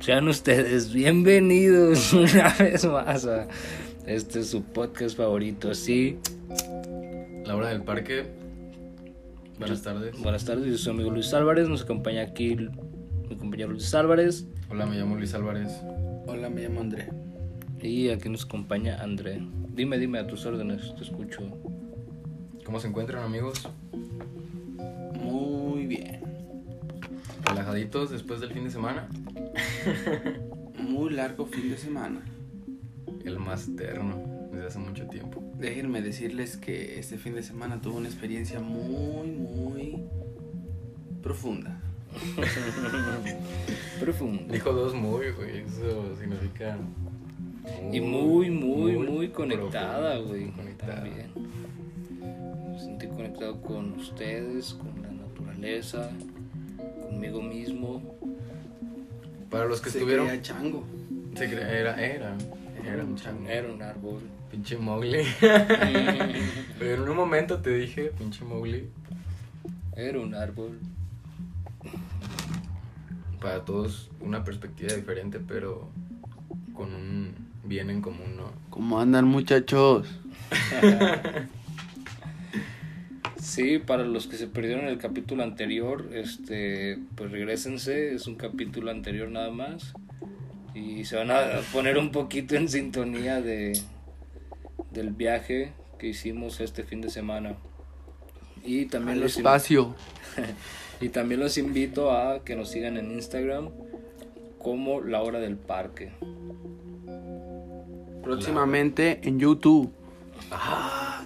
Sean ustedes bienvenidos una vez más a este es su podcast favorito, sí. La hora del parque. Buenas tardes. Buenas tardes, yo soy su amigo Luis Álvarez, nos acompaña aquí mi compañero Luis Álvarez Hola, me llamo Luis Álvarez. Hola, me llamo André. y aquí nos acompaña André. Dime, dime a tus órdenes, te escucho. ¿Cómo se encuentran, amigos? Muy bien. ¿Relajaditos después del fin de semana? Muy largo fin de semana. El más terno desde hace mucho tiempo. Déjenme decirles que este fin de semana tuve una experiencia muy, muy profunda. Profundo. Dijo dos muy, güey. Eso significa. Y muy, muy, muy, conectada, profundo, güey. Conectada. También. Me sentí conectado con ustedes, con la naturaleza, conmigo mismo. Para los que Se estuvieron. creía chango. Se crea- Era, era. Era un chango. Era un árbol. Pinche Mowgli. Pero en un momento te dije, pinche Mowgli. Era un árbol. Para todos una perspectiva diferente, pero con un bien en común, ¿no? ¿Cómo andan, muchachos? Sí, para los que se perdieron el capítulo anterior, este, pues regresense, es un capítulo anterior nada más. Y se van a poner un poquito en sintonía de del viaje que hicimos este fin de semana. Y también los in- y también los invito a que nos sigan en Instagram como La Hora del Parque. Próximamente en YouTube. Ah,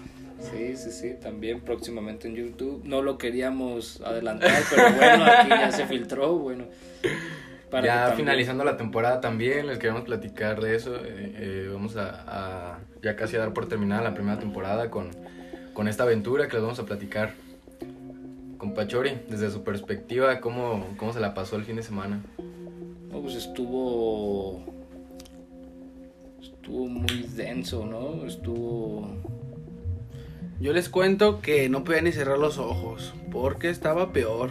Sí, sí, sí, también próximamente en YouTube. No lo queríamos adelantar, pero bueno, aquí ya se filtró, bueno. para que ya también- finalizando la temporada también, les queremos platicar de eso. eh, eh, vamos a, a ya casi a dar por terminada la primera temporada con, con esta aventura que les vamos a platicar con Pachori, desde su perspectiva, cómo, cómo se la pasó el fin de semana. No, pues estuvo. Estuvo muy denso, ¿no? Estuvo. Yo les cuento que no podía ni cerrar los ojos porque estaba peor.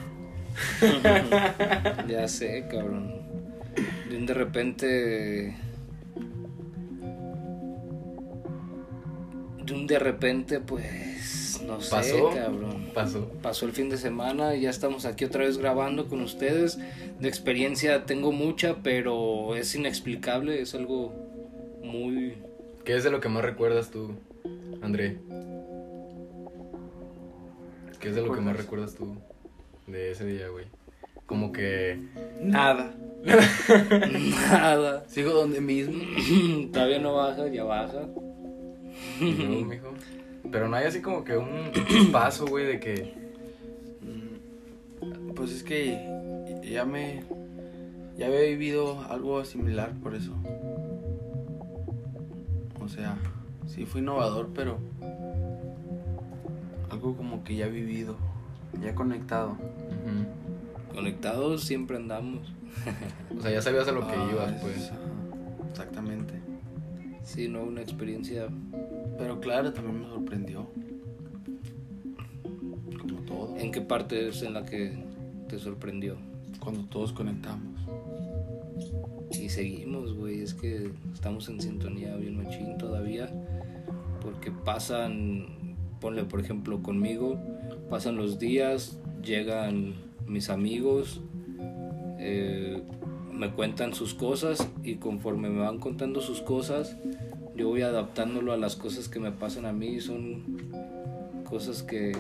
Ya sé, cabrón. De un de repente. De un de repente, pues. No sé, ¿Pasó? cabrón. Pasó. Pasó el fin de semana y ya estamos aquí otra vez grabando con ustedes. De experiencia tengo mucha, pero es inexplicable, es algo muy... ¿Qué es de lo que más recuerdas tú, André? ¿Qué es de lo que más recuerdas tú de ese día, güey? Como que... Nada. nada. Sigo donde mismo. Todavía no baja, ya baja. y luego, mijo. Pero no hay así como que un paso, güey, de que... Mm, Pues es que ya me. Ya había vivido algo similar por eso. O sea, sí fue innovador, pero. Algo como que ya vivido, ya conectado. Ujú. Conectados siempre andamos. O sea, ya sabías a lo que Ah, ibas, es- pues. ajá, Exactamente. Sí, no, una experiencia... Pero claro, también me sorprendió. Como todo. ¿En qué parte es en la que te sorprendió? Cuando todos conectamos. Y seguimos, güey, es que estamos en sintonía bien machín todavía, porque pasan, ponle por ejemplo conmigo, pasan los días, llegan mis amigos, eh, me cuentan sus cosas y conforme me van contando sus cosas, yo voy adaptándolo a las cosas que me pasan a mí, son cosas que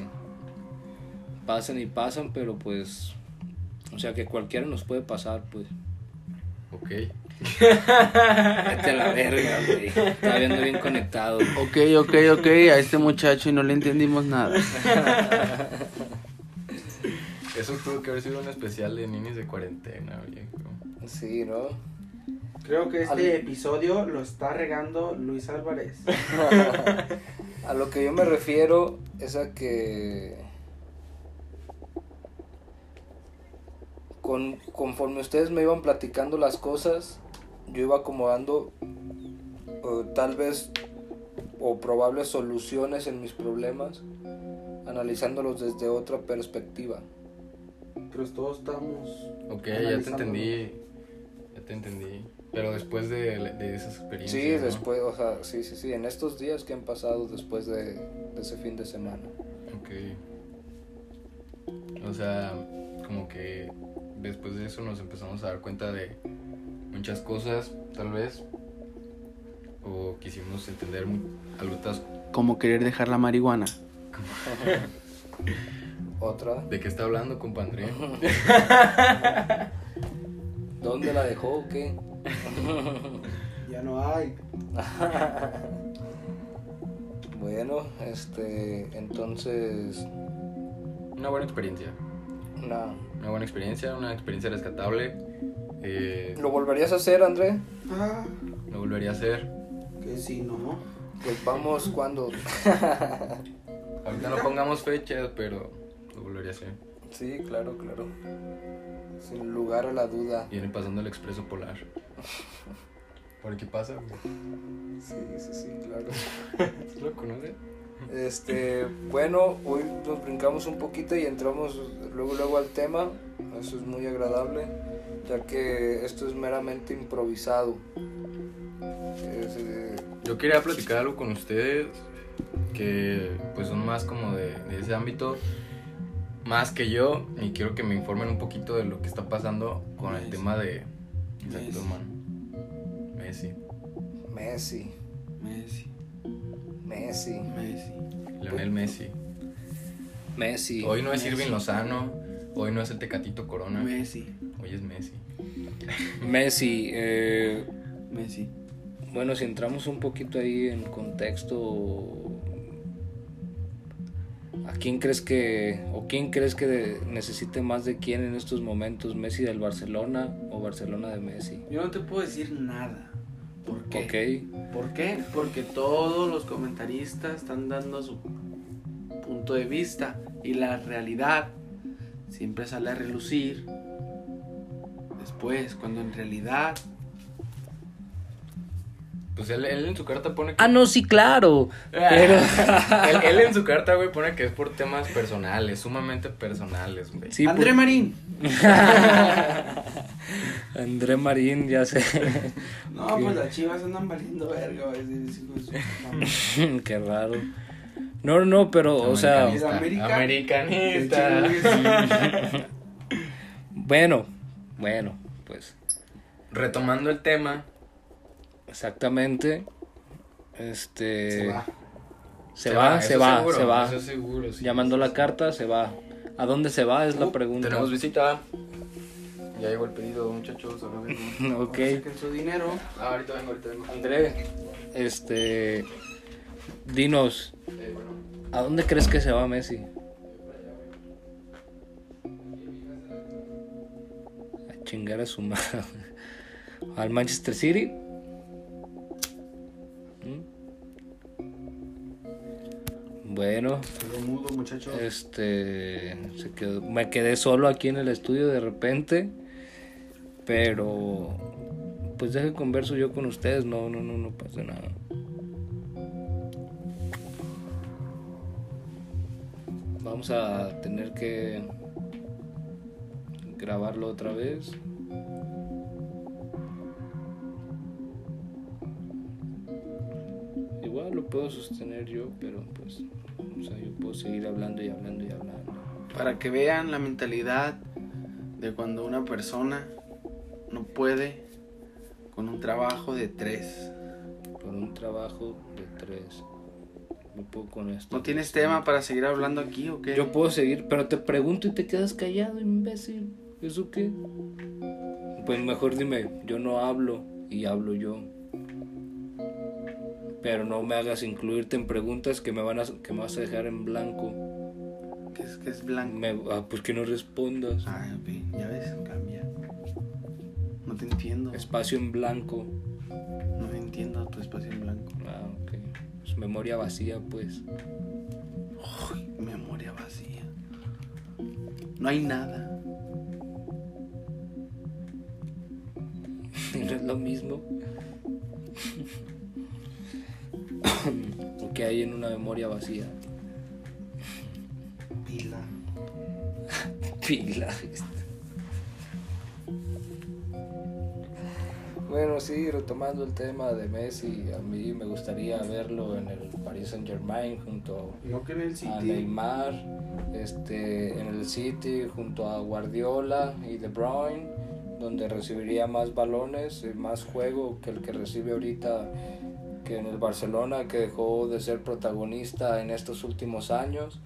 pasan y pasan, pero pues, o sea que cualquiera nos puede pasar, pues. Ok. Vete a la verga, güey. Está viendo bien conectado. Ok, ok, ok, a este muchacho y no le entendimos nada. Eso tuvo que haber sido un especial de ninis de cuarentena, viejo. Sí, ¿no? Creo que este Al- episodio lo está regando Luis Álvarez. A lo que yo me refiero es a que. Con, conforme ustedes me iban platicando las cosas, yo iba acomodando eh, tal vez o probables soluciones en mis problemas, analizándolos desde otra perspectiva. Pero todos estamos. Ok, ya te Analizándolo. entendí Ya te entendí. Pero después de, de esas experiencias. Sí, ¿no? después, o sea, sí, sí, sí, en estos días que han pasado después de, de ese fin de semana. Ok. O sea, como que después de eso nos empezamos a dar cuenta de muchas cosas, tal vez. O quisimos entender mu- algo tas- Como querer dejar la marihuana. Otra, ¿De qué está hablando, compadre? ¿dónde la dejó o qué? Ya no hay. Bueno, este, entonces, Una buena experiencia. nada. Una buena experiencia, una experiencia rescatable. Eh, ¿Lo volverías a hacer, André? Ah, lo volvería a hacer. que si no. Pues vamos cuando... Ahorita no pongamos fechas, pero lo volvería a hacer. Sí, claro, claro. Sin lugar a la duda. Viene pasando el expreso polar. ¿Por qué pasa, güey? Sí, sí, sí, claro. ¿Tú lo conoces? Este, bueno, hoy nos brincamos un poquito y entramos luego luego al tema. Eso es muy agradable, ya que esto es meramente improvisado. Es, eh, Yo quería platicar algo con ustedes que pues son más como de, de ese ámbito, más que yo, y quiero que me informen un poquito de lo que está pasando con el Messi. tema de... Exacto, Messi. man. Messi. Messi, Messi, Messi, Messi. Leonel Messi. Messi. Hoy no es Pues, Messi. Irving Lozano, hoy no es el Tecatito Ah. Corona, Messi, hoy es Messi. Messi, eh, Messi. Bueno, si entramos un poquito ahí en contexto, ¿a quién crees que o quién crees que de- necesite más de quién en estos momentos, Messi del Barcelona o Barcelona de Messi? Yo no te puedo decir nada. ¿Por qué? Ok, ¿Por qué? Porque todos los comentaristas están dando su punto de vista y la realidad siempre sale a relucir después, cuando en realidad... Pues él, él en su carta pone que... Ah, no, sí, claro. Pero él, él en su carta, güey, pone que es por temas personales, sumamente personales, güey. sí, pues. André por- Marín. André Marín, ya sé. No, pues las chivas andan valiendo verga, va a decir, "Los hijos de su mamá". Qué raro. No, no, pero, o sea, Americanista. Americanista. Que chingues. bueno, bueno, pues Retomando el tema, exactamente. Este. Se va. Se, va, eh, eso se va, seguro, se va. Eso seguro, sí. Uh, Ya mandó la carta, se va. ¿A dónde se va? Es la pregunta. Tenemos visita. Ya llegó el pedido, muchachos. ahora vengo. Ok. Saquen su dinero. Ah, ahorita vengo, ahorita vengo. André, este. Dinos, Eh, bueno. ¿a dónde crees que se va Messi? A chingar a su madre. ¿Al Manchester City? ¿Mm? Bueno. Pero mudo, muchachos. Este, se quedó- me quedé solo aquí en el estudio de repente, pero pues deje converso yo con ustedes, no, no, no, no pasa nada. Vamos a tener que grabarlo otra vez. Igual lo puedo sostener yo, pero pues, o sea, yo puedo seguir hablando y hablando y hablando. Para que vean la mentalidad de cuando una persona no puede con un trabajo de tres. Por un trabajo de tres. No puedo con esto. ¿No tienes tema para seguir hablando aquí o qué? Yo puedo seguir, pero te pregunto y te quedas callado, imbécil. ¿Eso qué? Pues mejor dime, yo no hablo y hablo yo. Pero no me hagas incluirte en preguntas que me van a que me vas a dejar en blanco. Que es, que es blanco. Me, ah, pues que no respondas. Ay, ok, ya ves, cambia. No te entiendo. Espacio en blanco. No entiendo tu espacio en blanco. Ah, ok. Pues memoria vacía, pues. Memoria vacía. No hay nada. Y no es lo mismo. lo que hay en una memoria vacía. Pila. Pila. Bueno, sí, retomando el tema de Messi, a mí me gustaría verlo en el Paris Saint Germain junto No que en el a City. Neymar, este, en el City junto a Guardiola y De Bruyne, donde recibiría más balones y más juego que el que recibe ahorita que en el Barcelona, que dejó de ser protagonista en estos últimos años,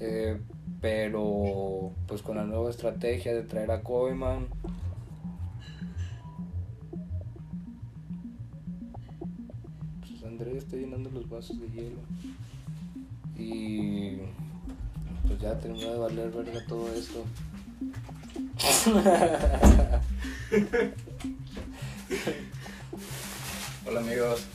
eh, pero pues con la nueva estrategia de traer a Koeman. Pues, Andrés está llenando los vasos de hielo. Y pues ya terminó de valer verga todo esto. Hola amigos.